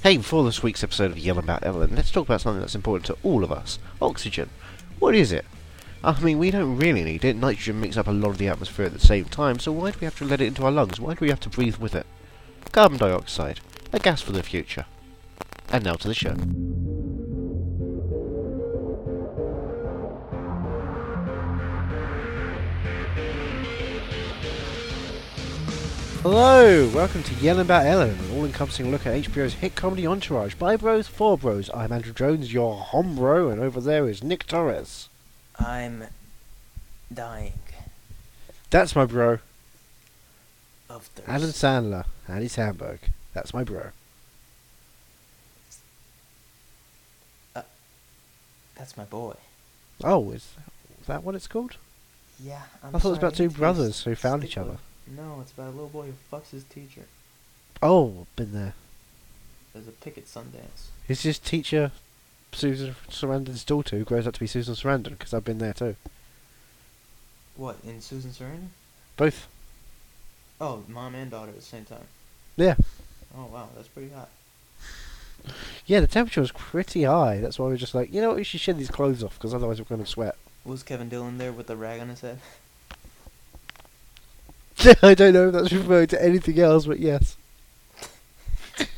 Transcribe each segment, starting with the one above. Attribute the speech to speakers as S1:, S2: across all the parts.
S1: Hey, before this week's episode of Yell About Evelyn, let's talk about something that's important to all of us oxygen. What is it? I mean, we don't really need it. Nitrogen makes up a lot of the atmosphere at the same time, so why do we have to let it into our lungs? Why do we have to breathe with it? Carbon dioxide, a gas for the future. And now to the show. Hello, welcome to Yelling About Ellen, an all-encompassing look at HBO's hit comedy Entourage by Bros for Bros. I'm Andrew Jones, your hombro, and over there is Nick Torres.
S2: I'm dying
S1: That's my bro,
S2: of thirst.
S1: Alan Sandler, Andy Sandberg. That's my bro.
S2: Uh, That's my boy.
S1: Oh, is is that what it's called?
S2: Yeah, I'm
S1: I thought it was about
S2: sorry,
S1: two
S2: it's his
S1: brothers who found each
S2: stepbrother.
S1: other.
S2: No, it's about a little boy who fucks his teacher.
S1: Oh, been there.
S2: There's a picket Sundance.
S1: Is his teacher Susan Sarandon's daughter who grows up to be Susan Sarandon? Because I've been there too.
S2: What, in Susan Sarandon?
S1: Both.
S2: Oh, mom and daughter at the same time.
S1: Yeah.
S2: Oh, wow, that's pretty hot.
S1: Yeah, the temperature was pretty high. That's why we are just like, you know what, we should shed these clothes off because otherwise we're going to sweat.
S2: Was Kevin Dillon there with the rag on his head?
S1: I don't know if that's referring to anything else, but yes.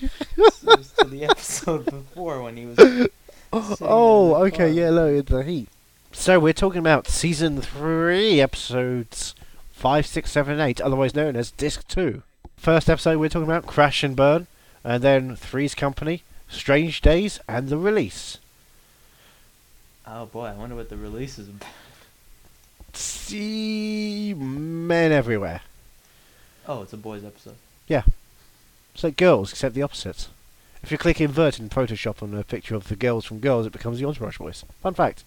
S2: This was to the episode before when he was. Sitting
S1: Oh,
S2: in the
S1: okay,
S2: car.
S1: yeah, no, in the heat. So we're talking about season three, episodes five, six, seven, and eight, otherwise known as Disc Two. First episode we're talking about Crash and Burn, and then Three's Company, Strange Days, and the release.
S2: Oh, boy, I wonder what the release is about.
S1: See men everywhere.
S2: Oh, it's a boys episode.
S1: It's like girls, except the opposite. If you click invert in Photoshop on a picture of the girls from girls, it becomes the Entourage Boys. Fun fact.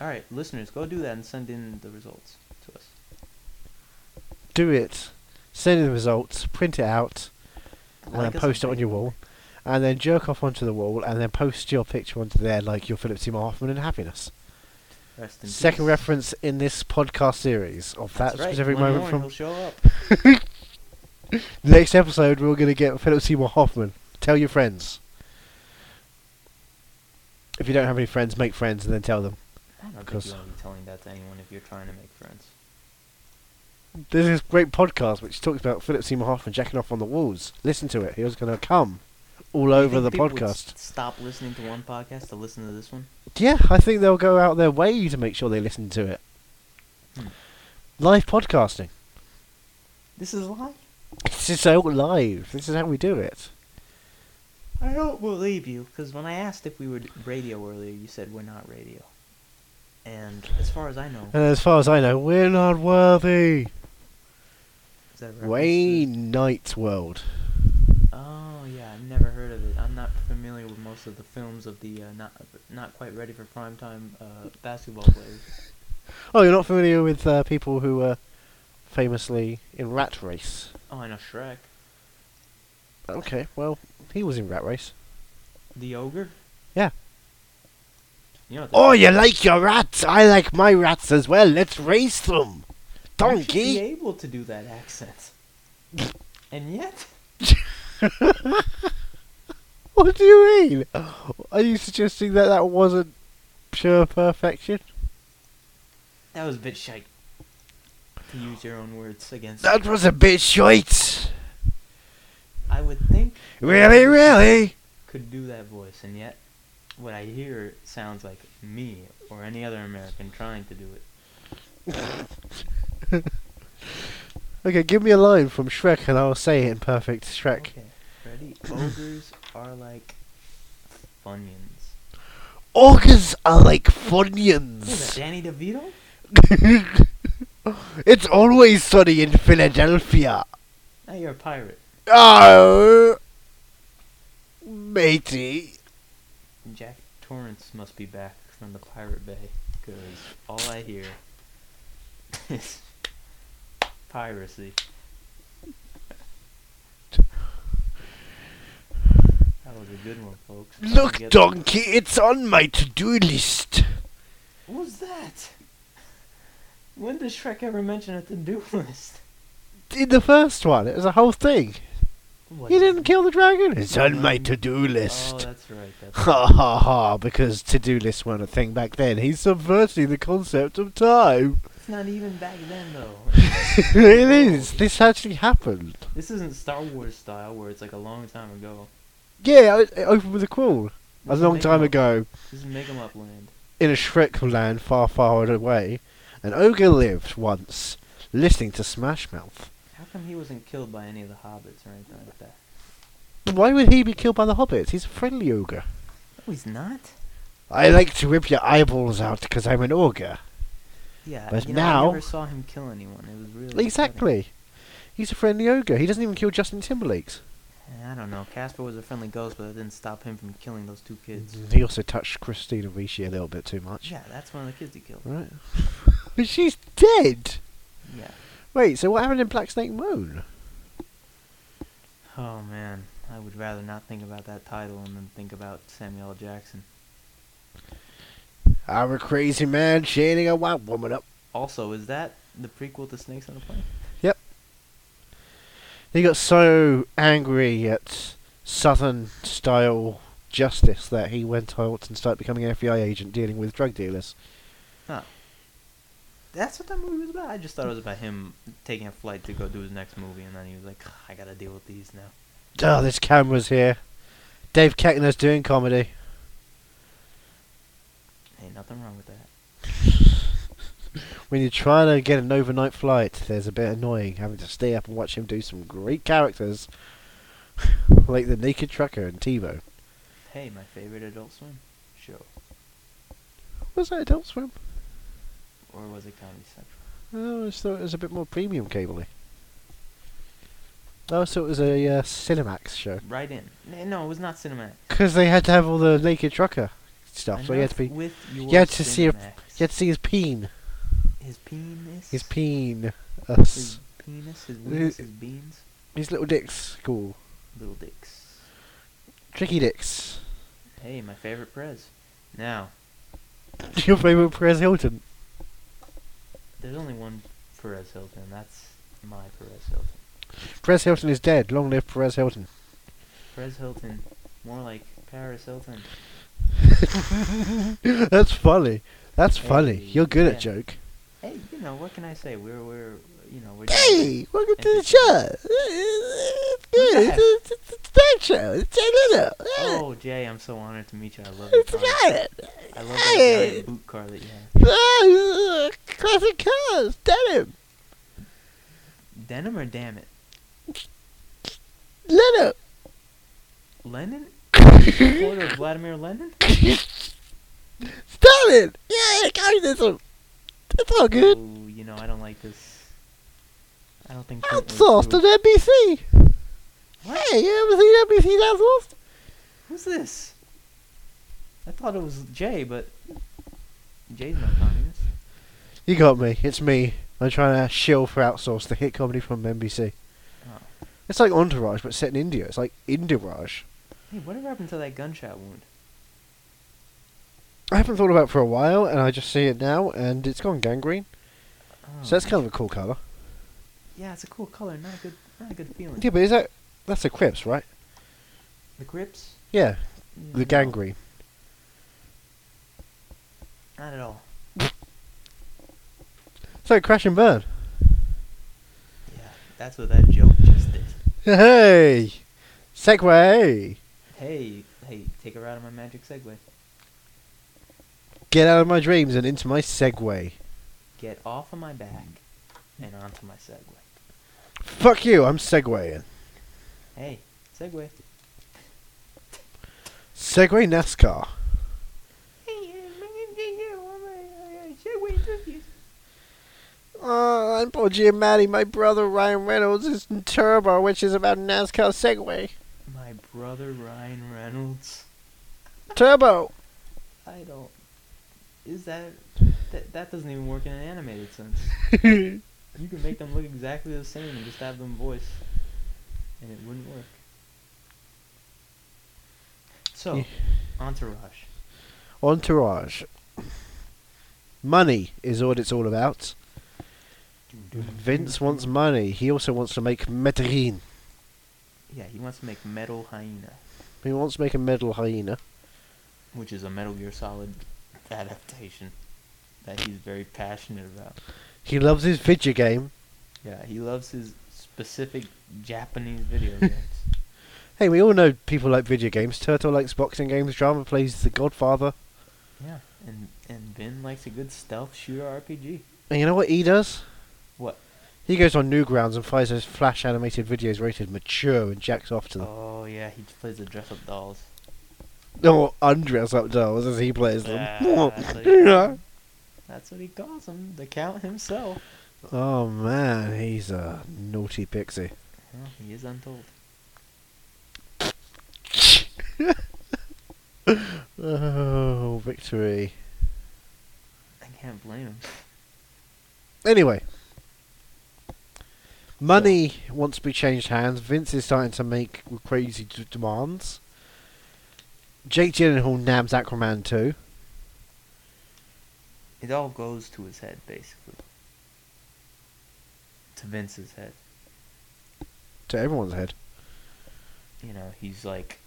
S2: Alright, listeners, go do that and send in the results to us.
S1: Do it, send in the results, print it out,
S2: I
S1: and then
S2: guess
S1: post it
S2: I'm
S1: on your
S2: thinking-
S1: wall, and then jerk off onto the wall, and then post your picture onto there like your Philip Seymour Hoffman in Happiness.
S2: Rest in
S1: Second
S2: peace.
S1: reference in this podcast series of that
S2: That's right,
S1: specific
S2: one
S1: moment
S2: more
S1: from
S2: and he'll show up.
S1: next episode. We're going to get Philip Seymour Hoffman. Tell your friends. If you don't have any friends, make friends and then tell them.
S2: I don't think
S1: Because-
S2: you want to be telling that to anyone if you're trying to make friends.
S1: There's this great podcast which talks about Philip Seymour Hoffman jacking off on the walls. Listen to it. He was going to come all
S2: You
S1: over
S2: think
S1: the
S2: people would s-
S1: podcast.
S2: stop listening to one podcast to listen to this one.
S1: Yeah, I think they'll go out their way to make sure they listen to it.
S2: Hmm.
S1: Live podcasting.
S2: This is live.
S1: This is so live. This is how we do it.
S2: I don't believe you because when I asked if we were d- radio earlier, you said we're not radio. And as far as I know,
S1: And as far as I know, we're not worthy.
S2: is that a reference to-
S1: Wayne Knight World.
S2: Oh yeah, I've never heard of it. I'm not familiar with most of the films of the uh, not not quite ready for prime time uh, basketball players.
S1: Oh, you're not familiar with uh, people who were famously in Rat Race?
S2: Oh, I know Shrek,
S1: Okay, well, he was in Rat Race.
S2: the ogre.
S1: Yeah.
S2: You know what the-
S1: Oh, you like your rats? I like my rats as well. Let's race them.
S2: I should be
S1: Donkey.
S2: able to do that accent. and yet,
S1: What do you mean? Are you suggesting that that wasn't pure perfection?
S2: that was a bit shite. To use your own words against.
S1: That was a bit shite.
S2: I would think
S1: Really, really.
S2: could do that voice, and yet, what I hear sounds like me or any other American trying to do it.
S1: Okay, give me a line from Shrek and I'll say it in perfect Shrek.
S2: Okay, ready? Ogres are like funyuns.
S1: Ogres are like
S2: Who is that,
S1: Funyuns.
S2: Danny DeVito?
S1: it's always sunny in Philadelphia.
S2: Now you're a pirate.
S1: Oh, matey.
S2: Jack Torrance must be back from the Pirate Bay, because all I hear is piracy. That was a good one, folks. I didn't
S1: Look,
S2: get-
S1: donkey, it's on my to-do list.
S2: What was that? When did Shrek ever mention a to-do list?
S1: In the first one, it was a whole thing.
S2: What
S1: You
S2: is-
S1: didn't kill the dragon? It's on my to do
S2: Oh,
S1: list.
S2: that's right. That's
S1: Ha ha ha, because to do lists weren't a thing back then. He's subverting the concept of time.
S2: it's not even back then though.
S1: it is. This actually happened.
S2: This isn't Star Wars style where it's like a long time ago.
S1: Yeah, I, I opened with a crawl. A
S2: This is
S1: long
S2: make
S1: time
S2: 'em up-
S1: ago,
S2: This is make 'em up land.
S1: in a Shrek land far, far away, an ogre lived once, listening to Smash Mouth.
S2: How come he wasn't killed by any of the hobbits or anything like that?
S1: Why would he be killed by the hobbits? He's a friendly ogre.
S2: No, he's not.
S1: I like to rip your eyeballs out because I'm an ogre.
S2: Yeah,
S1: But
S2: you know, I
S1: now-
S2: never saw him kill anyone. It was really upsetting.
S1: Exactly. He's a friendly ogre. He doesn't even kill Justin Timberlake's.
S2: And I don't know. Casper was a friendly ghost, but it didn't stop him from killing those two kids.
S1: He also touched Christina Ricci a little bit too much.
S2: Yeah, that's one of the kids he killed.
S1: Right. but she's dead.
S2: Yeah.
S1: Wait, so what happened in Black Snake Moon?
S2: Oh man, I would rather not think about that title and then think about Samuel L. Jackson.
S1: I'm a Ah, crazy man chaining a white woman up.
S2: Also, is that the prequel to Snakes on a Plane?
S1: He got so angry at Southern style justice that he went out and started becoming an FBI agent dealing with drug dealers.
S2: That's what that movie was about. I just thought it was about him taking a flight to go do his next movie, and then he was like, "Ugh, "I gotta deal with these now."
S1: Oh, this camera's here. Dave Keckner's doing comedy.
S2: Ain't nothing wrong with that.
S1: When you're trying to get an overnight flight, there's a bit annoying having to stay up and watch him do some great characters, like the Naked Trucker and TiVo.
S2: Hey, my favorite Adult Swim show,
S1: Was that Adult Swim?
S2: or was it Comedy Central?
S1: Oh, I always thought it was a bit more premium cable I always thought it was a uh, Cinemax show.
S2: Right in. N- No, it was not Cinemax.
S1: Because they had to have all the Naked Trucker
S2: I
S1: stuff, so
S2: know
S1: you had to
S2: it's
S1: be.
S2: with your
S1: had to see if-
S2: Cinemax.
S1: You had to see his peen.
S2: his penis.
S1: His peen.
S2: His
S1: Us.
S2: penis. His weenus, his beans.
S1: His little dicks. Cool.
S2: Little dicks.
S1: Tricky dicks.
S2: Hey, my favorite Prez. Now,
S1: Your favourite Perez Hilton.
S2: There's only one Perez Hilton. That's my Perez Hilton.
S1: Perez Hilton is dead. Long live Perez Hilton.
S2: Perez Hilton, more like Paris Hilton.
S1: That's funny. That's funny.
S2: Hey,
S1: You're good
S2: yeah.
S1: at joke.
S2: Hey, you know what can I say? We're we're you know we're.
S1: Hey, welcome to the
S2: Interesting.
S1: show. It's good.
S2: Yeah.
S1: It's, it's, it's the tech show. It's Jay Leno.
S2: Oh Jay, I'm so honored to meet you. I love your
S1: It's
S2: car.
S1: giant.
S2: Oh, I love that giant boot car that you have.
S1: Oh, classic cars. Denim.
S2: Denim or damn it,
S1: Leno.
S2: Lennon? Supporter of Vladimir Lennon?
S1: Stalin. Yeah, communism. It's all good.
S2: Oh, you know I don't like this. I don't think. Clint was
S1: Outsourced
S2: cool.
S1: on NBC.
S2: What?
S1: Hey, you ever seen NBC outsourced?
S2: Who's this? I thought it was Jay, but Jay's not communist.
S1: You got me. It's me. I'm trying to shill for outsourced the hit comedy from NBC.
S2: Oh.
S1: It's like Entourage, but set in India. It's like Indirage.
S2: Hey, whatever happened to that gunshot wound?
S1: I haven't thought about it for a while, and I just see it now, and it's gone gangrene.
S2: Oh,
S1: So that's kind of a cool colour.
S2: yeah, it's a cool color, not a good, not a good feeling.
S1: Yeah, but is that that's the Crips, right?
S2: The grips?
S1: Yeah,
S2: Mm,
S1: the
S2: no,
S1: gangrene.
S2: Not at all.
S1: So crash and burn.
S2: Yeah, that's what that joke just did.
S1: Hey, Segway,
S2: Hey, hey, take her out of my magic segue.
S1: get out of my dreams and into my Segway.
S2: Get off of my back and onto my segue.
S1: Fuck you, I'm Segwaying.
S2: Hey, segue.
S1: Segway NASCAR. Uh, I'm Paul Giamatti. My brother Ryan Reynolds is in Turbo, which is about NASCAR Segway.
S2: My brother Ryan Reynolds.
S1: Turbo.
S2: I don't. Is that that that doesn't even work in an animated sense? You can make them look exactly the same and just have them voice, and it wouldn't work. So,
S1: Yeah.
S2: Entourage.
S1: Entourage. Money is what it's all about. Vince wants money. He also wants to make Medellin.
S2: Yeah, he wants to make Metal Hyena,
S1: He wants to make a metal hyena.
S2: which is a Metal Gear Solid adaptation that he's very passionate about.
S1: He loves his video game.
S2: Yeah, he loves his specific Japanese video games.
S1: Hey, we all know people like video games. Turtle likes boxing games. Drama plays The Godfather.
S2: Yeah, and and Ben likes a good stealth shooter RPG.
S1: And you know what he does?
S2: What?
S1: He goes on Newgrounds and finds those flash animated videos rated mature and jacks off to them.
S2: Oh yeah, he plays the dress up dolls.
S1: Or undress Oh, up dolls as he plays
S2: Ah,
S1: them.
S2: so-
S1: Yeah.
S2: That's what he calls him, the Count himself.
S1: oh man, he's a naughty pixie.
S2: Well, he is untold.
S1: Oh, victory.
S2: I can't blame him.
S1: Anyway. Money wants to be changed hands. Vince is starting to make crazy d- demands. Jake Gyllenhaal nabs Aquaman too.
S2: It all goes to his head, basically. To Vince's head.
S1: to everyone's head.
S2: You know, he's like,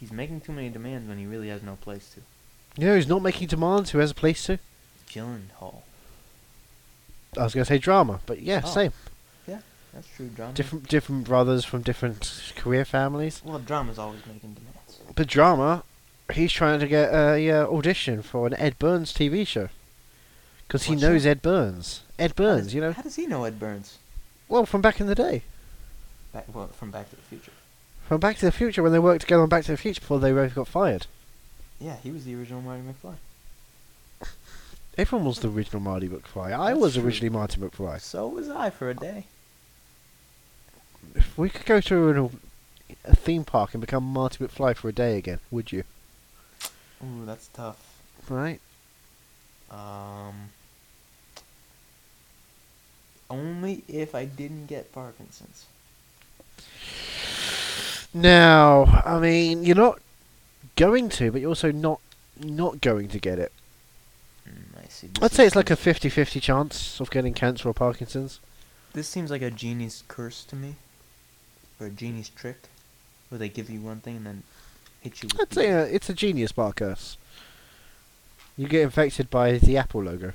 S2: he's making too many demands when he really has no place to.
S1: You know who's not making demands? Who has a place to?
S2: Gyllenhaal.
S1: I was going to say drama, but yeah,
S2: Oh.
S1: same.
S2: That's true, drama.
S1: Different different brothers from different career families.
S2: Well, drama's always making demands.
S1: But drama, he's trying to get a uh, audition for an Ed Burns TV show because he
S2: What's
S1: knows Ed Burns. Ed Burns, you know,
S2: How does he know Ed Burns?
S1: well from back in the day,
S2: Back, well, from Back to the Future.
S1: from Back to the Future when they worked together on Back to the Future before they both got fired.
S2: Yeah, he was the original Marty McFly.
S1: Everyone was the original Marty McFly. I
S2: That's
S1: was
S2: true.
S1: originally Marty McFly.
S2: So was I for a day.
S1: If we could go to an, a theme park and become Marty McFly for a day again, would you?
S2: Ooh, that's tough.
S1: Right?
S2: Um, only if I didn't get Parkinson's.
S1: Now, I mean, you're not going to, but you're also not not going to get it.
S2: Mm, I see.
S1: I'd
S2: This
S1: say
S2: is
S1: it's like a
S2: kind
S1: 50-50 chance of getting cancer or Parkinson's.
S2: of- This seems like a genie's curse to me, or a genie's trick, where they give you one thing and then hit you. With
S1: I'd
S2: the-
S1: say uh, it's a genius bar curse. You get infected by the Apple logo.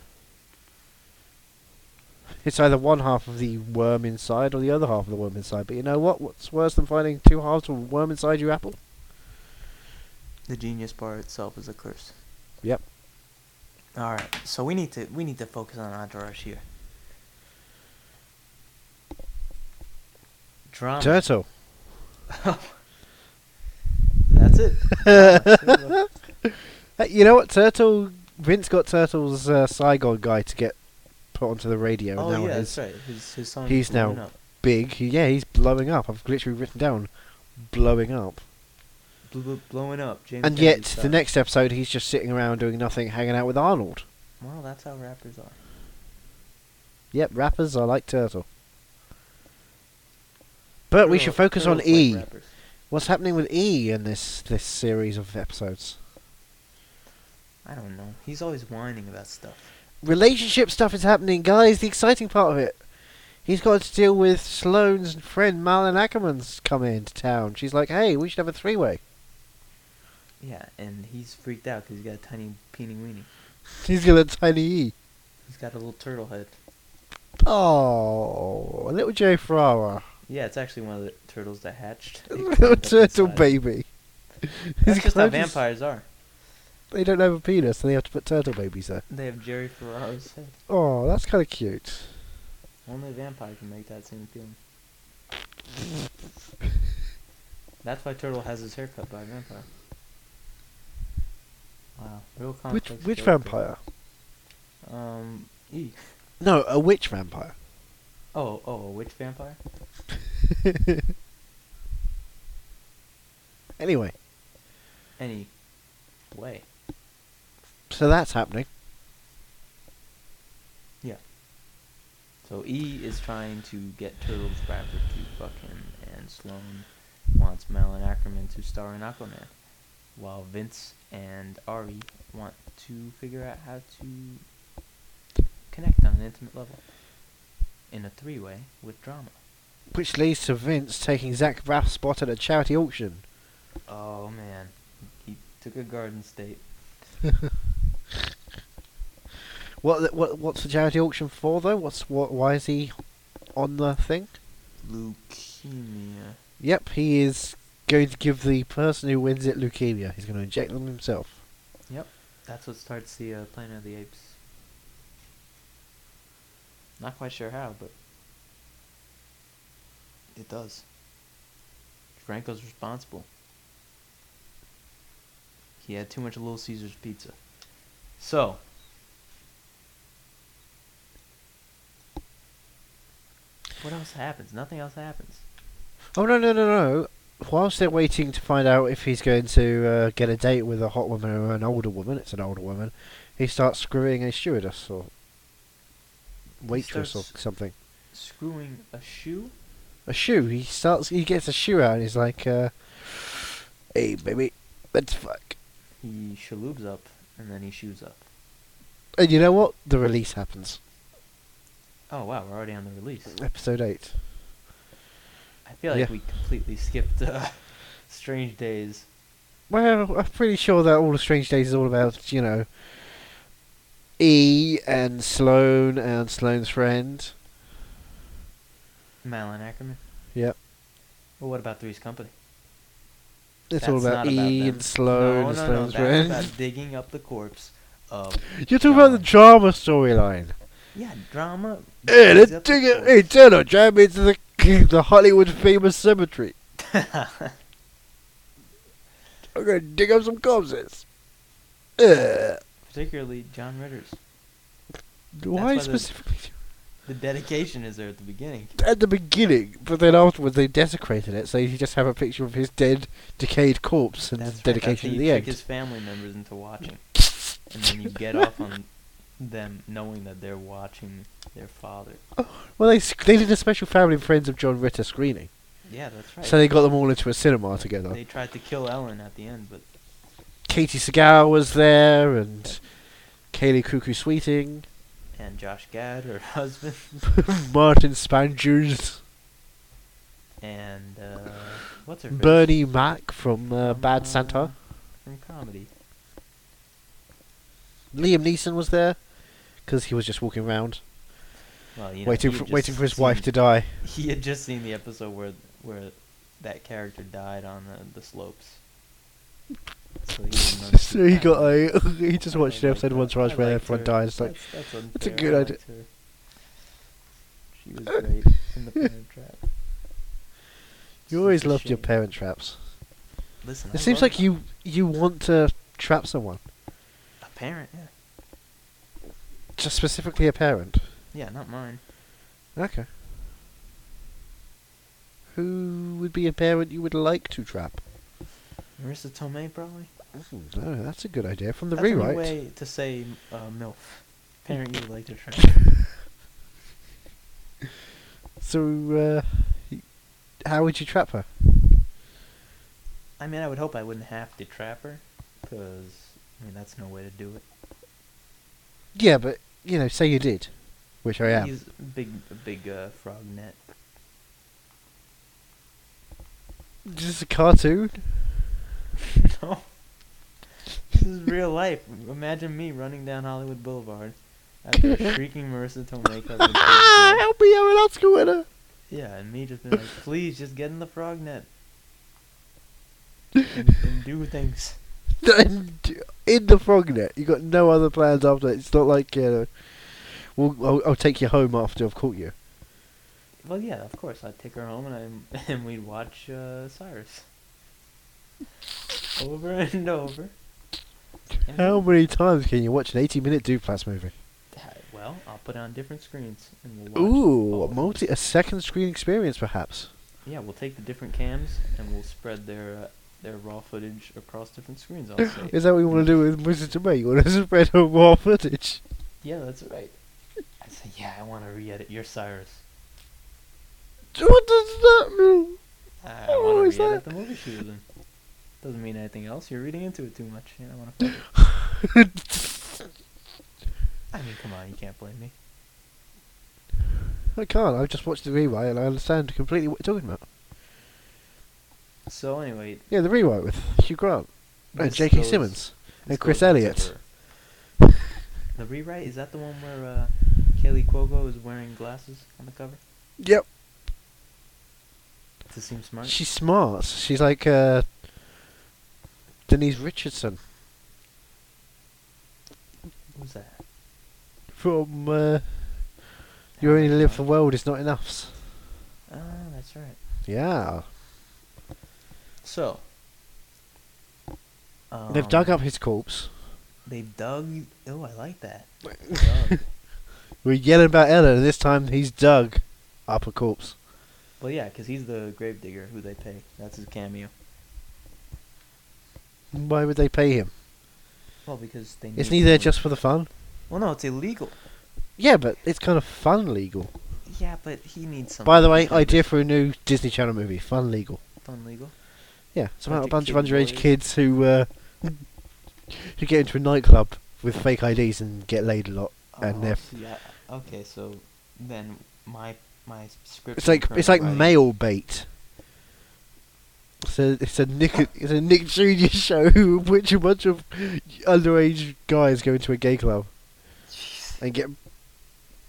S1: It's either one half of the worm inside or the other half of the worm inside. But you know what? What's worse than finding two halves of a worm inside your apple?
S2: the genius bar itself is a curse.
S1: Yep.
S2: All right, so we need to we need to focus on Entourage here. Drama.
S1: Turtle.
S2: That's it. Drama.
S1: Uh, You know what? Turtle. Vince got Turtle's uh, Saigon guy to get put onto the radio, and
S2: Oh
S1: now
S2: yeah,
S1: he's
S2: that's right. His his song.
S1: he's
S2: blew
S1: now-
S2: up.
S1: big. He- Yeah, he's blowing up. I've literally written down blowing up.
S2: Bl- bl- blowing up. James
S1: And
S2: Kennedy
S1: yet,
S2: style.
S1: the next episode, he's just sitting around doing nothing, hanging out with Arnold.
S2: Well, that's how rappers are.
S1: Yep, rappers are like Turtle. But we
S2: Turtle-
S1: should focus on
S2: Oh, turtles like
S1: E.
S2: rappers.
S1: What's happening with E in this this series of episodes?
S2: I don't know. He's always whining about stuff.
S1: relationship stuff is happening, guys. The exciting part of it. He's got to deal with Sloane's friend Marlon Ackerman's coming into town. She's like, "Hey, we should have a three-way."
S2: Yeah, and he's freaked out because he's got a tiny peeny weenie.
S1: He's got a tiny E.
S2: He's got a little turtle head.
S1: Oh, little Joe Ferrara,
S2: Yeah, it's actually one of the turtles that hatched. It climbed
S1: little
S2: up
S1: turtle
S2: inside.
S1: baby.
S2: E. That's
S1: He's
S2: just how
S1: got his-
S2: vampires are.
S1: They don't have a penis, so they have to put turtle babies there.
S2: They have Jerry Ferrara's head.
S1: Oh, that's kind of cute.
S2: Only a vampire can make that same feeling. That's why Turtle has his hair cut by a vampire. Wow, real
S1: Which
S2: complex.
S1: which
S2: character.
S1: vampire?
S2: Um, E.
S1: No, a witch vampire.
S2: Oh, oh, a witch vampire?
S1: Anyway,
S2: Any way.
S1: so that's happening.
S2: So E is trying to get Turtle's rapper to fuck him, and Sloan wants Malin Ackerman to star in Aquaman, while Vince and Ari want to figure out how to connect on an intimate level in a three-way with drama.
S1: Which leads to Vince taking Zach Braff's spot at a charity auction.
S2: Oh man, he took a Garden State.
S1: What, what what's the charity auction for though? What's what? Why is he on the thing?
S2: Leukemia.
S1: Yep, he is going to give the person who wins it leukemia. He's going to inject them himself.
S2: That's what starts the uh, Planet of the Apes. Not quite sure how, but it does. Franco's responsible. He had too much Little Caesars pizza. So, what else happens? Nothing else happens.
S1: Oh no no no no! Whilst they're waiting to find out if he's going to uh, get a date with a hot woman or an older woman, it's an older woman. He starts screwing a stewardess or waitress or
S2: starts-
S1: something.
S2: Screwing a shoe?
S1: A shoe. He starts. He gets a shoe out and he's like, uh, "Hey baby, let's fuck."
S2: He shaloobs up, and then he shoes up.
S1: And you know what? The release happens.
S2: Oh wow, we're already on the release.
S1: Episode eight.
S2: I feel like
S1: Yeah.
S2: we completely skipped uh, Strange Days.
S1: Well, I'm pretty sure that All the Strange Days is all about, you know, E and Sloane and Sloane's friend.
S2: Malin Ackerman.
S1: Yep.
S2: Well, what about Three's Company?
S1: It's all about
S2: That's not
S1: E
S2: them.
S1: and Sloane
S2: No,
S1: and
S2: no, no,
S1: Sloane's
S2: that's
S1: friend.
S2: about digging up the corpse of
S1: You're talking about the
S2: John.
S1: drama storyline.
S2: yeah drama.
S1: Hey,
S2: digs
S1: let's
S2: up the
S1: dig it.
S2: corpse.
S1: Hey, Turner, jam into the the Hollywood famous cemetery. I'm gonna dig up some corpses. Uh,
S2: Particularly John Ritter's.
S1: why
S2: why the-
S1: specifically
S2: The dedication is there at the beginning.
S1: at the beginning? But then afterwards they desecrated it, so you just have a picture of his dead, decayed corpse and
S2: That's right,
S1: dedication
S2: after
S1: at
S2: you
S1: the
S2: trick
S1: end.
S2: his family members into watching, and then you get off on them knowing that they're watching their father.
S1: Oh, Well, they sc- they did a special family and friends of John Ritter screening,
S2: Yeah, that's right.
S1: so they got them all into a cinema together.
S2: They tried to kill Ellen at the end, but
S1: Katie Segal was there, and Kaylee Cuckoo Sweeting,
S2: and Josh Gad, her husband,
S1: Martin Spangers,
S2: and uh, what's her face?
S1: Bernie Mac from uh,
S2: From,
S1: Bad Santa,
S2: from comedy.
S1: Liam Neeson was there because he was just walking around
S2: Well, you know,
S1: waiting
S2: he
S1: for
S2: had
S1: waiting
S2: just
S1: for his wife to
S2: seen-
S1: die.
S2: He had just seen the episode where where that character died on the, the slopes. So he, didn't
S1: so he
S2: understand.
S1: got a, he just
S2: I
S1: watched an
S2: like
S1: episode
S2: that.
S1: once where
S2: I
S1: where
S2: liked
S1: everyone
S2: her.
S1: dies. Like
S2: that's, that's,
S1: that's a
S2: unfair.
S1: good
S2: I
S1: idea.
S2: liked her. She was great in the Parent Trap.
S1: you always
S2: It's a
S1: loved your
S2: shame.
S1: parent traps.
S2: Listen, I
S1: It seems
S2: love
S1: like you you want to trap someone,
S2: a parent. Yeah,
S1: just specifically a parent.
S2: yeah, not mine.
S1: Okay. Who would be a parent you would like to trap?
S2: Marissa Tomei probably.
S1: Ooh, no, that's a good idea. From the
S2: Hmm. That's a new
S1: rewrite.
S2: way to say uh, MILF. Parent you would like to try.
S1: So, uh, y- how would you trap her?
S2: I mean, I would hope I wouldn't have to trap her, because, I mean, that's no way to do it.
S1: Yeah, but you know, say you did, which I am.
S2: Use a big, a big uh, frog net.
S1: This is a cartoon.
S2: no. This is real life. Imagine me running down Hollywood Boulevard after a shrieking Marissa Tomei covered in
S1: Ah,
S2: blood.
S1: help me! I'm an Oscar winner.
S2: Yeah, and me just being like, please, just get in the frog net. And, and do things.
S1: And In the frognet, you got no other plans after. that. It's not like you know. We'll, I'll, I'll take you home after I've caught you.
S2: Well, yeah, of course. I'd take her home and I and we'd watch uh, Cyrus over and over. And
S1: How many times can you watch an 80-minute Duplass movie?
S2: that- Well, I'll put on different screens and we'll watch. Oh. all
S1: Ooh,
S2: of
S1: a
S2: them.
S1: multi, a second screen experience perhaps.
S2: Yeah, we'll take the different cams and we'll spread their uh, their raw footage across different screens. I'll say.
S1: Is that what you want to do with Wizard to You want to spread out raw footage?
S2: yeah, that's right. I say, yeah, I want to re-edit your Cyrus.
S1: What does that mean?
S2: I
S1: Oh,
S2: want
S1: is
S2: to re-edit
S1: that-
S2: the movie she was in. Doesn't mean anything else. You're reading into it too much. Yeah, I want to. I mean, come on, you can't blame me.
S1: I can't. I've just watched the rewrite and I understand completely what you're talking about.
S2: So anyway,
S1: Yeah, the rewrite with Hugh Grant and
S2: this
S1: J.K.
S2: goes-
S1: Uh, Simmons.
S2: this
S1: Chris
S2: goes into
S1: Elliott.
S2: her- The rewrite is that the one where uh, Kelly Cuoco is wearing glasses on the cover
S1: Yep.
S2: to seem smart.
S1: She's smart. She's like uh, Denise Richardson
S2: Who's that?
S1: from uh, You Only Live for World Is Not Enoughs.
S2: Oh, that's right.
S1: Yeah.
S2: So.
S1: They've
S2: um,
S1: dug up his corpse.
S2: They've dug. Oh, I like that. Dug.
S1: We're yelling about Ellen, and this time he's dug up a corpse.
S2: well, yeah, because he's the gravedigger who they pay. That's his cameo.
S1: Why would they pay him?
S2: Well, because they.
S1: Isn't
S2: need
S1: he there
S2: someone-
S1: just for the fun?
S2: Well, no, it's illegal.
S1: Yeah, but it's kind of fun legal.
S2: Yeah, but he needs some.
S1: By the way, idea for a new Disney Channel movie, fun legal.
S2: Fun legal.
S1: Yeah, it's about a bunch
S2: Bunch
S1: of
S2: of
S1: underage
S2: kid boys.
S1: kids who uh, who get into a nightclub with fake IDs and get laid a lot. And
S2: Oh,
S1: if-
S2: see, I- okay, so then my my script.
S1: It's like it's like male bait. So it's a Nick it's a Nick Jr. show in which a bunch of underage guys go into a gay club and get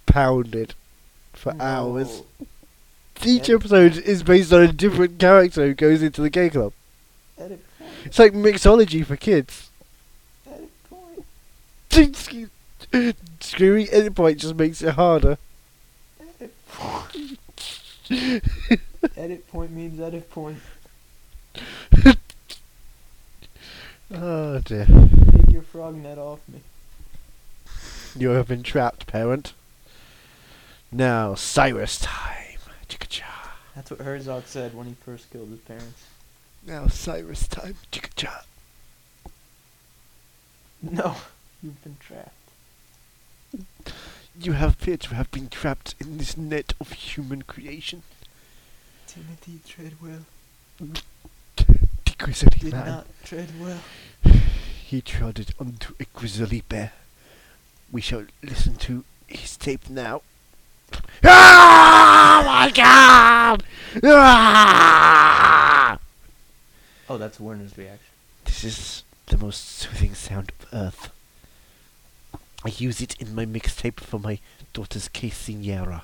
S1: pounded for hours. Each
S2: Yeah.
S1: episode is based on a different character who goes into the gay club.
S2: At a
S1: It's like mixology for kids.
S2: at a point,
S1: Screaming edit point just makes it harder.
S2: at a point. Edit point means edit point.
S1: Oh dear.
S2: Take your frog net off me.
S1: You have been trapped, parent. Now, Cyrus time. Chicka-cha.
S2: That's what Herzog said when he first killed his parents.
S1: Now, Cyrus time. Chicka-cha.
S2: No, you've been trapped.
S1: You appear to have been trapped in this net of human creation.
S2: Timothy Treadwell
S1: The grizzly
S2: did
S1: man.
S2: not tread well.
S1: He trotted onto a grizzly bear. We shall listen to his tape now. Oh my god! Ah!
S2: Oh, that's Werner's reaction.
S1: This is the most soothing sound of earth. I use it in my mixtape for my daughter's quinceañera.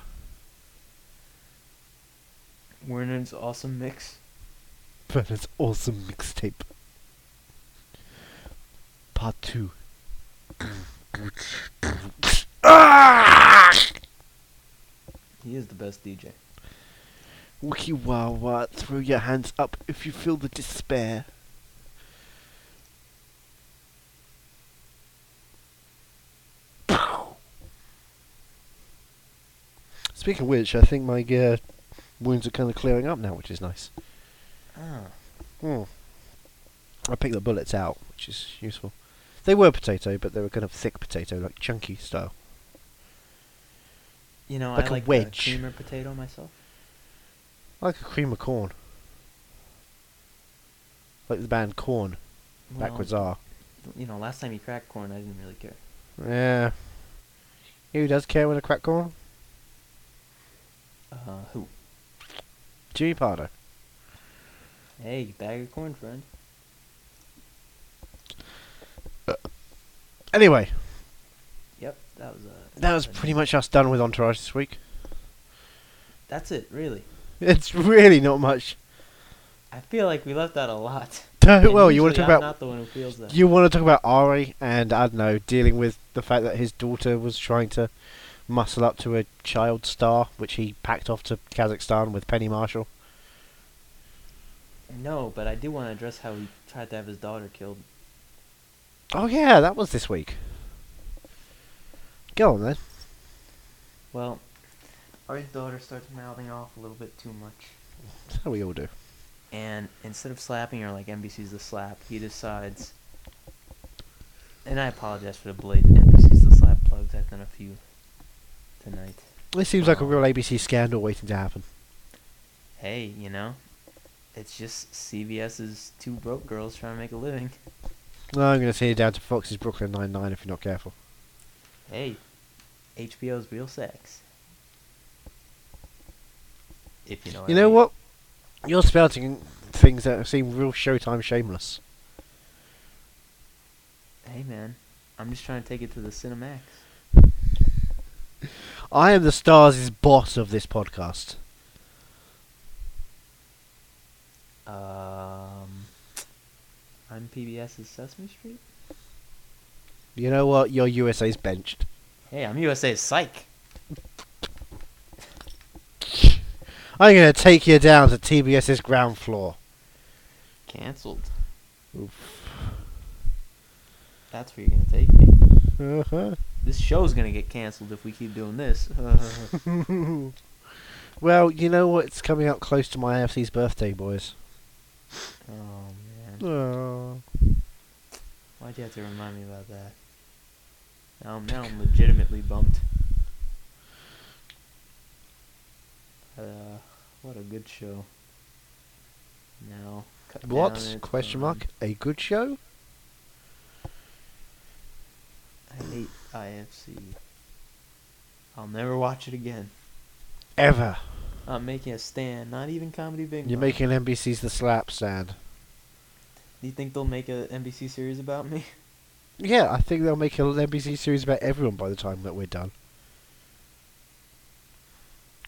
S2: Werner's awesome mix.
S1: Bernard's awesome mixtape. Part 2. Ah!
S2: He is the best DJ.
S1: Wiki Wawa, throw your hands up if you feel the despair. Pow. Speaking of which, I think my uh, wounds are kind of clearing up now, which is nice.
S2: Ah,
S1: Hmm. I picked the bullets out, which is useful. They were potato, but they were kind of thick potato, like chunky style.
S2: you know,
S1: Like
S2: I
S1: a
S2: like the
S1: wedge.
S2: creamer potato myself.
S1: I like a cream of corn. Like the band Corn,
S2: Well,
S1: backwards R.
S2: You know, last time he cracked corn, I didn't really care.
S1: Yeah. Who does care when a crack corn?
S2: Uh, who?
S1: Jimmy Pardo.
S2: Hey, bag of corn, friend.
S1: Anyway,
S2: Yep, that was uh, a.
S1: that was pretty much us done with Entourage this week.
S2: That's it, really.
S1: It's really not much.
S2: I feel like we left out a lot. And
S1: well, you want to
S2: usually
S1: talk
S2: I'm
S1: about
S2: Not the one who feels that.
S1: you want to talk about Ari and I don't know dealing with the fact that his daughter was trying to muscle up to a child star, which he packed off to Kazakhstan with Penny Marshall.
S2: No, but I do want to address how he tried to have his daughter killed.
S1: Oh yeah, that was this week. Go on then.
S2: Well, Ari's daughter starts mouthing off a little bit too much.
S1: That's how we all do.
S2: And instead of slapping her like NBC's the slap, he decides. And I apologize for the blatant NBC's the slap plugs. I've done a few tonight.
S1: This seems like a real ABC scandal waiting to happen.
S2: Hey, you know, it's just CBS's two broke girls trying to make a living.
S1: No, I'm going to send you down to Fox's Brooklyn Nine Nine if you're not careful.
S2: Hey, HBO's real sex. If you know what
S1: You
S2: I
S1: know
S2: mean.
S1: what? You're spouting things that seem real Showtime shameless.
S2: Hey, man. I'm just trying to take it to the Cinemax.
S1: I am the stars' boss of this podcast.
S2: Um, I'm PBS's Sesame Street.
S1: You know what? Your USA's benched.
S2: Hey, I'm USA's Psych.
S1: I'm going to take you down to TBS's ground floor.
S2: Cancelled. That's where you're gonna take me.
S1: Uh-huh.
S2: This show's gonna get canceled if we keep doing this. Oh,
S1: well, you know what? It's coming up close to my AFC's birthday, boys.
S2: oh man,
S1: Oh.
S2: why'd you have to remind me about that? Now, I'm- now I'm legitimately bummed. Uh, what a good show. Now, cut down
S1: What?
S2: its,
S1: Question
S2: um,
S1: mark. A good show?
S2: I hate IFC. I'll never watch it again.
S1: Ever.
S2: I'm making a stand. Not even comedy bingo.
S1: You're making NBC's The Slap Stand.
S2: Do you think they'll make a NBC series about me?
S1: Yeah, I think they'll make an NBC series about everyone by the time that we're done.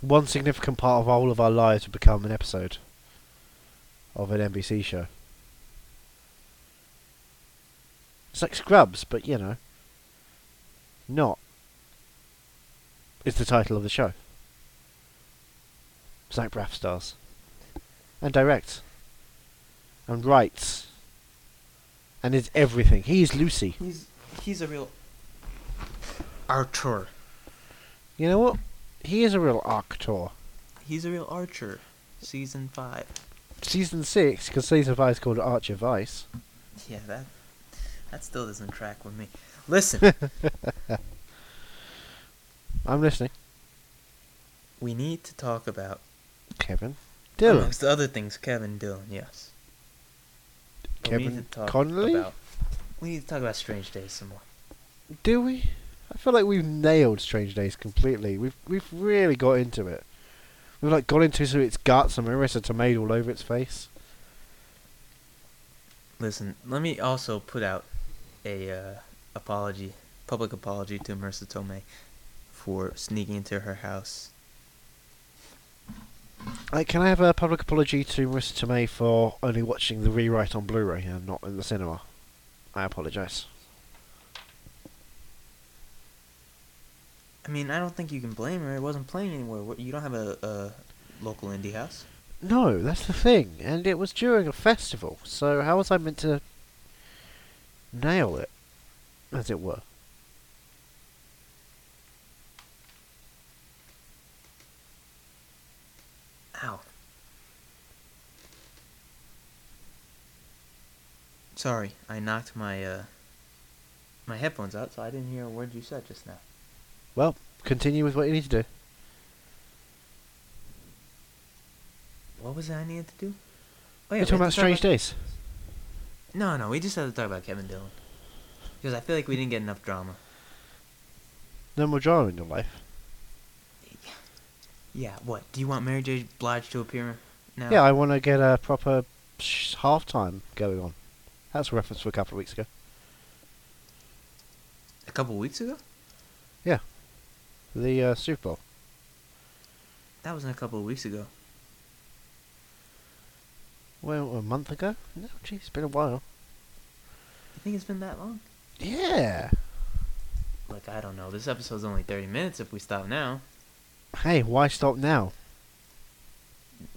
S1: One significant part of all of our lives would become an episode of an NBC show. It's like Scrubs, but you know, not. It's the title of the show. Zach Braff stars, and directs, and writes, and is everything. He is Lucy.
S2: He's he's a real Archer.
S1: You know what? He is a real actor.
S2: He's a real Archer. Season five.
S1: Season six, because season five is called Archer Vice.
S2: Yeah, that that still doesn't track with me. Listen,
S1: I'm listening.
S2: we need to talk about
S1: Kevin Dillon,
S2: amongst other things, Kevin Dillon. Yes. But we need
S1: Kevin
S2: to talk
S1: Connolly?
S2: About, we need to talk about Strange Days some more.
S1: do we? I feel like we've nailed Strange Days completely. We've we've really got into it. We've like got into so its guts and Marissa Tomei all over its face.
S2: Listen, let me also put out a uh, apology, public apology to Marissa Tomei for sneaking into her house.
S1: Like, can I have a public apology to Marissa Tomei for only watching the rewrite on Blu-ray and not in the cinema? I apologise.
S2: I mean, I don't think you can blame her. It wasn't playing anywhere. What- You don't have a, a local indie house.
S1: No, that's the thing, and it was during a festival, so how was I meant to nail it, as it were?
S2: Ow. Sorry, I knocked my uh my headphones out, so I didn't hear a word you said just now.
S1: Well, continue with what you need to do.
S2: What was it I needed to do? Oh,
S1: You're talking about
S2: we had to talk
S1: Strange Days.
S2: No, no, we just had to talk about Kevin Dillon because I feel like we didn't get enough drama.
S1: No more drama in your life.
S2: Yeah. What? Do you want Mary J. Blige to appear now?
S1: Yeah, I want to get a proper sh- halftime going on. That's a reference to a couple of weeks ago.
S2: A couple weeks ago.
S1: The uh, Super Bowl.
S2: That wasn't a couple of weeks ago.
S1: Well, a month ago? No, geez, it's been a while.
S2: You think it's been that long?
S1: Yeah.
S2: Look, I don't know. This episode's only thirty minutes. If we stop now,
S1: Hey, why stop now?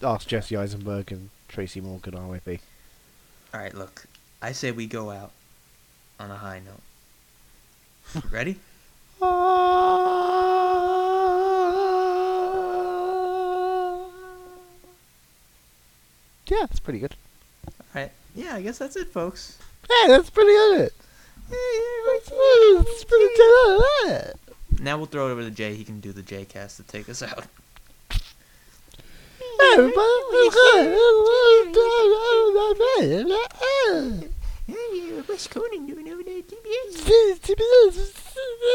S1: Asked Jesse Eisenberg and Tracy Morgan, RIP.
S2: All right, look. I say we go out on a high note. Ready?
S1: Ah. Yeah, that's pretty good.
S2: All right. Yeah, I guess that's it, folks.
S1: Hey, that's pretty good. That's pretty good.
S2: Now we'll throw it over to Jay. He can do the J cast to take us out.
S1: Hey, everybody, that's good.
S3: Wes Conan doing over there at TBS.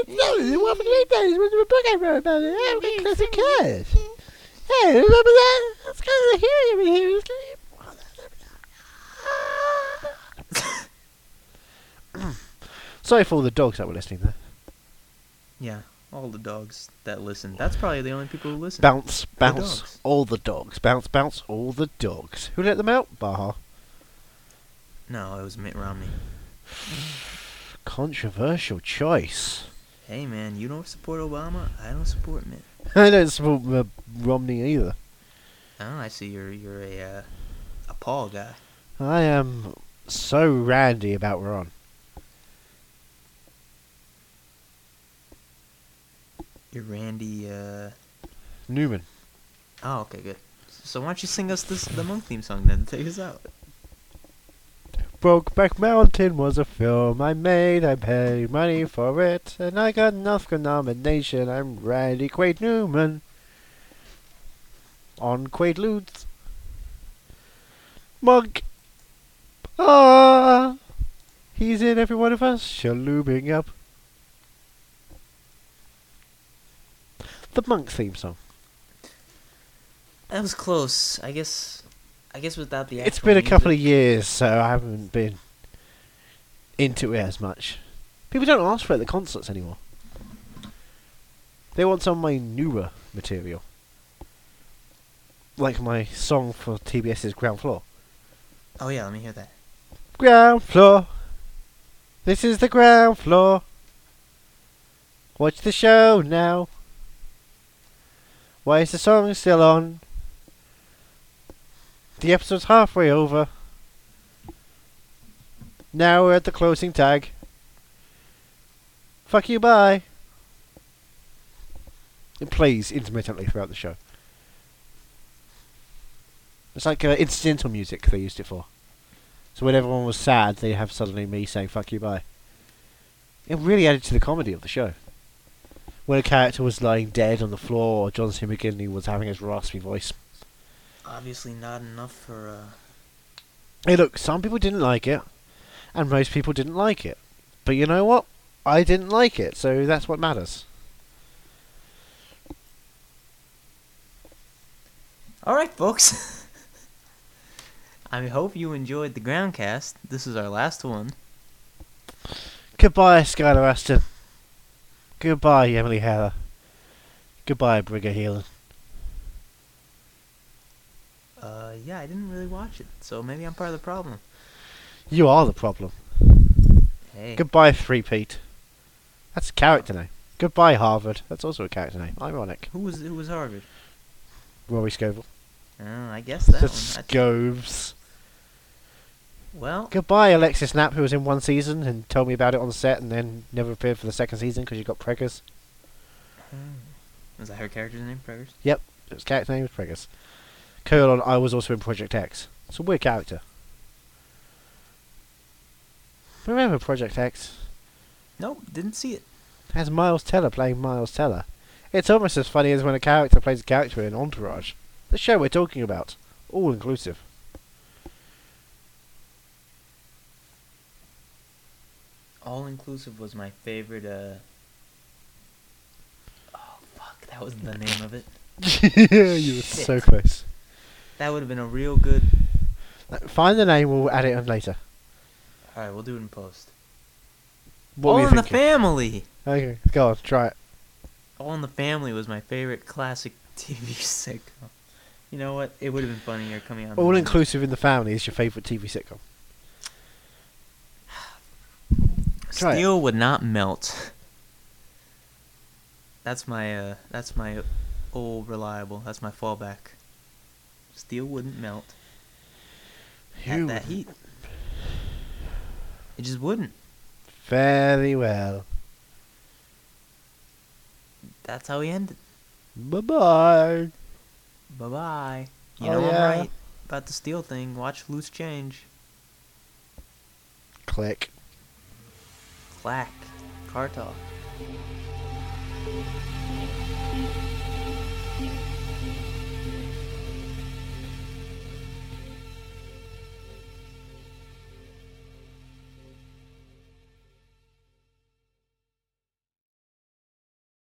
S1: No, the one for the days was a book I wrote about it. I'm a classic curse.
S3: Hey, remember that? That's kind of the hero we hear sleep.
S1: Sorry for all the dogs that were listening there.
S2: Yeah, all the dogs that listen. That's probably the only people who listen.
S1: Bounce, bounce,
S2: dogs.
S1: all the dogs. Bounce, bounce, all the dogs. Who let them out? Baha.
S2: no, it was Mitt Romney.
S1: Controversial choice.
S2: Hey man, you don't support Obama. I don't support Mitt.
S1: I don't support uh, Romney either.
S2: Oh, I see you're you're a uh, a Paul guy.
S1: I am so randy about Ron.
S2: You're Randy. Uh...
S1: Newman.
S2: Oh, okay, good. So why don't you sing us this the Monk theme song then? Take us out.
S1: Brokeback Mountain was a film I made. I paid money for it, and I got an Oscar nomination. I'm Randy Quaid Newman. On Quaid Ludes. Monk. Ah, he's in every one of us. Shaloobing up. The monk theme song.
S2: That was close. I guess. I guess without the.
S1: it's
S2: actual
S1: been a couple of
S2: music-
S1: years, so I haven't been into it as much. People don't ask for it at the concerts anymore. They want some of my newer material, like my song for TBS's Ground Floor.
S2: Oh yeah, let me hear that.
S1: Ground floor. This is the ground floor. Watch the show now. Why is the song still on? The episode's halfway over. Now we're at the closing tag. Fuck you, bye. It plays intermittently throughout the show. It's like uh, incidental music they used it for. So when everyone was sad, they have suddenly me saying "fuck you, bye." It really added to the comedy of the show. When a character was lying dead on the floor, or John C. McGinley was having his raspy voice.
S2: Obviously not enough for. Uh...
S1: Hey, look, some people didn't like it, and most people didn't like it. But you know what? I didn't like it, so that's what matters.
S2: All right, folks. I hope you enjoyed the groundcast. This is our last one.
S1: Goodbye, Skylar Aston. Goodbye, Emily Heather. Goodbye, Brigger Heelan.
S2: Uh, yeah, I didn't really watch it, so maybe I'm part of the problem.
S1: You are the problem.
S2: Hey.
S1: Goodbye, Three Pete. That's a character name. Goodbye, Harvard. That's also a character name. Ironic.
S2: Who was who was Harvard?
S1: Rory Scovel.
S2: Oh, I guess that
S1: The
S2: one. I th-
S1: Scoves.
S2: well,
S1: Goodbye, Alexis Knapp, who was in one season and told me about it on set and then never appeared for the second season because she got preggers.
S2: uh, was that her character's name, Preggers?
S1: His character name was Preggers. Colon, I was also in Project X. It's a weird character. Remember Project X?
S2: Nope, didn't see it.
S1: has Miles Teller playing Miles Teller. It's almost as funny as when a character plays a character in Entourage. The show we're talking about. All inclusive.
S2: All inclusive was my favorite. Uh... Oh fuck, that was the name of it.
S1: yeah, you were so
S2: Shit.
S1: close.
S2: That would have been a real good.
S1: Uh, Find the name, we'll add it on later.
S2: All right, we'll do it in post.
S1: What
S2: All
S1: were you
S2: in the
S1: thinking?
S2: Family.
S1: okay, go on, try it.
S2: All in the Family was my favorite classic TV sitcom. You know what? It would have been funnier coming out. in the
S1: All
S2: movie.
S1: inclusive in the family is your favourite TV sitcom. Try it.
S2: Steel would not melt. That's my uh, that's my old reliable. That's my fallback. Steel wouldn't melt at
S1: You-
S2: that heat. It just wouldn't.
S1: Very well.
S2: That's how he ended.
S1: Bye bye.
S2: Bye bye. You
S1: Oh, yeah.
S2: know I'm right about the steel thing. Watch loose change.
S1: Click.
S2: Clack. Car talk.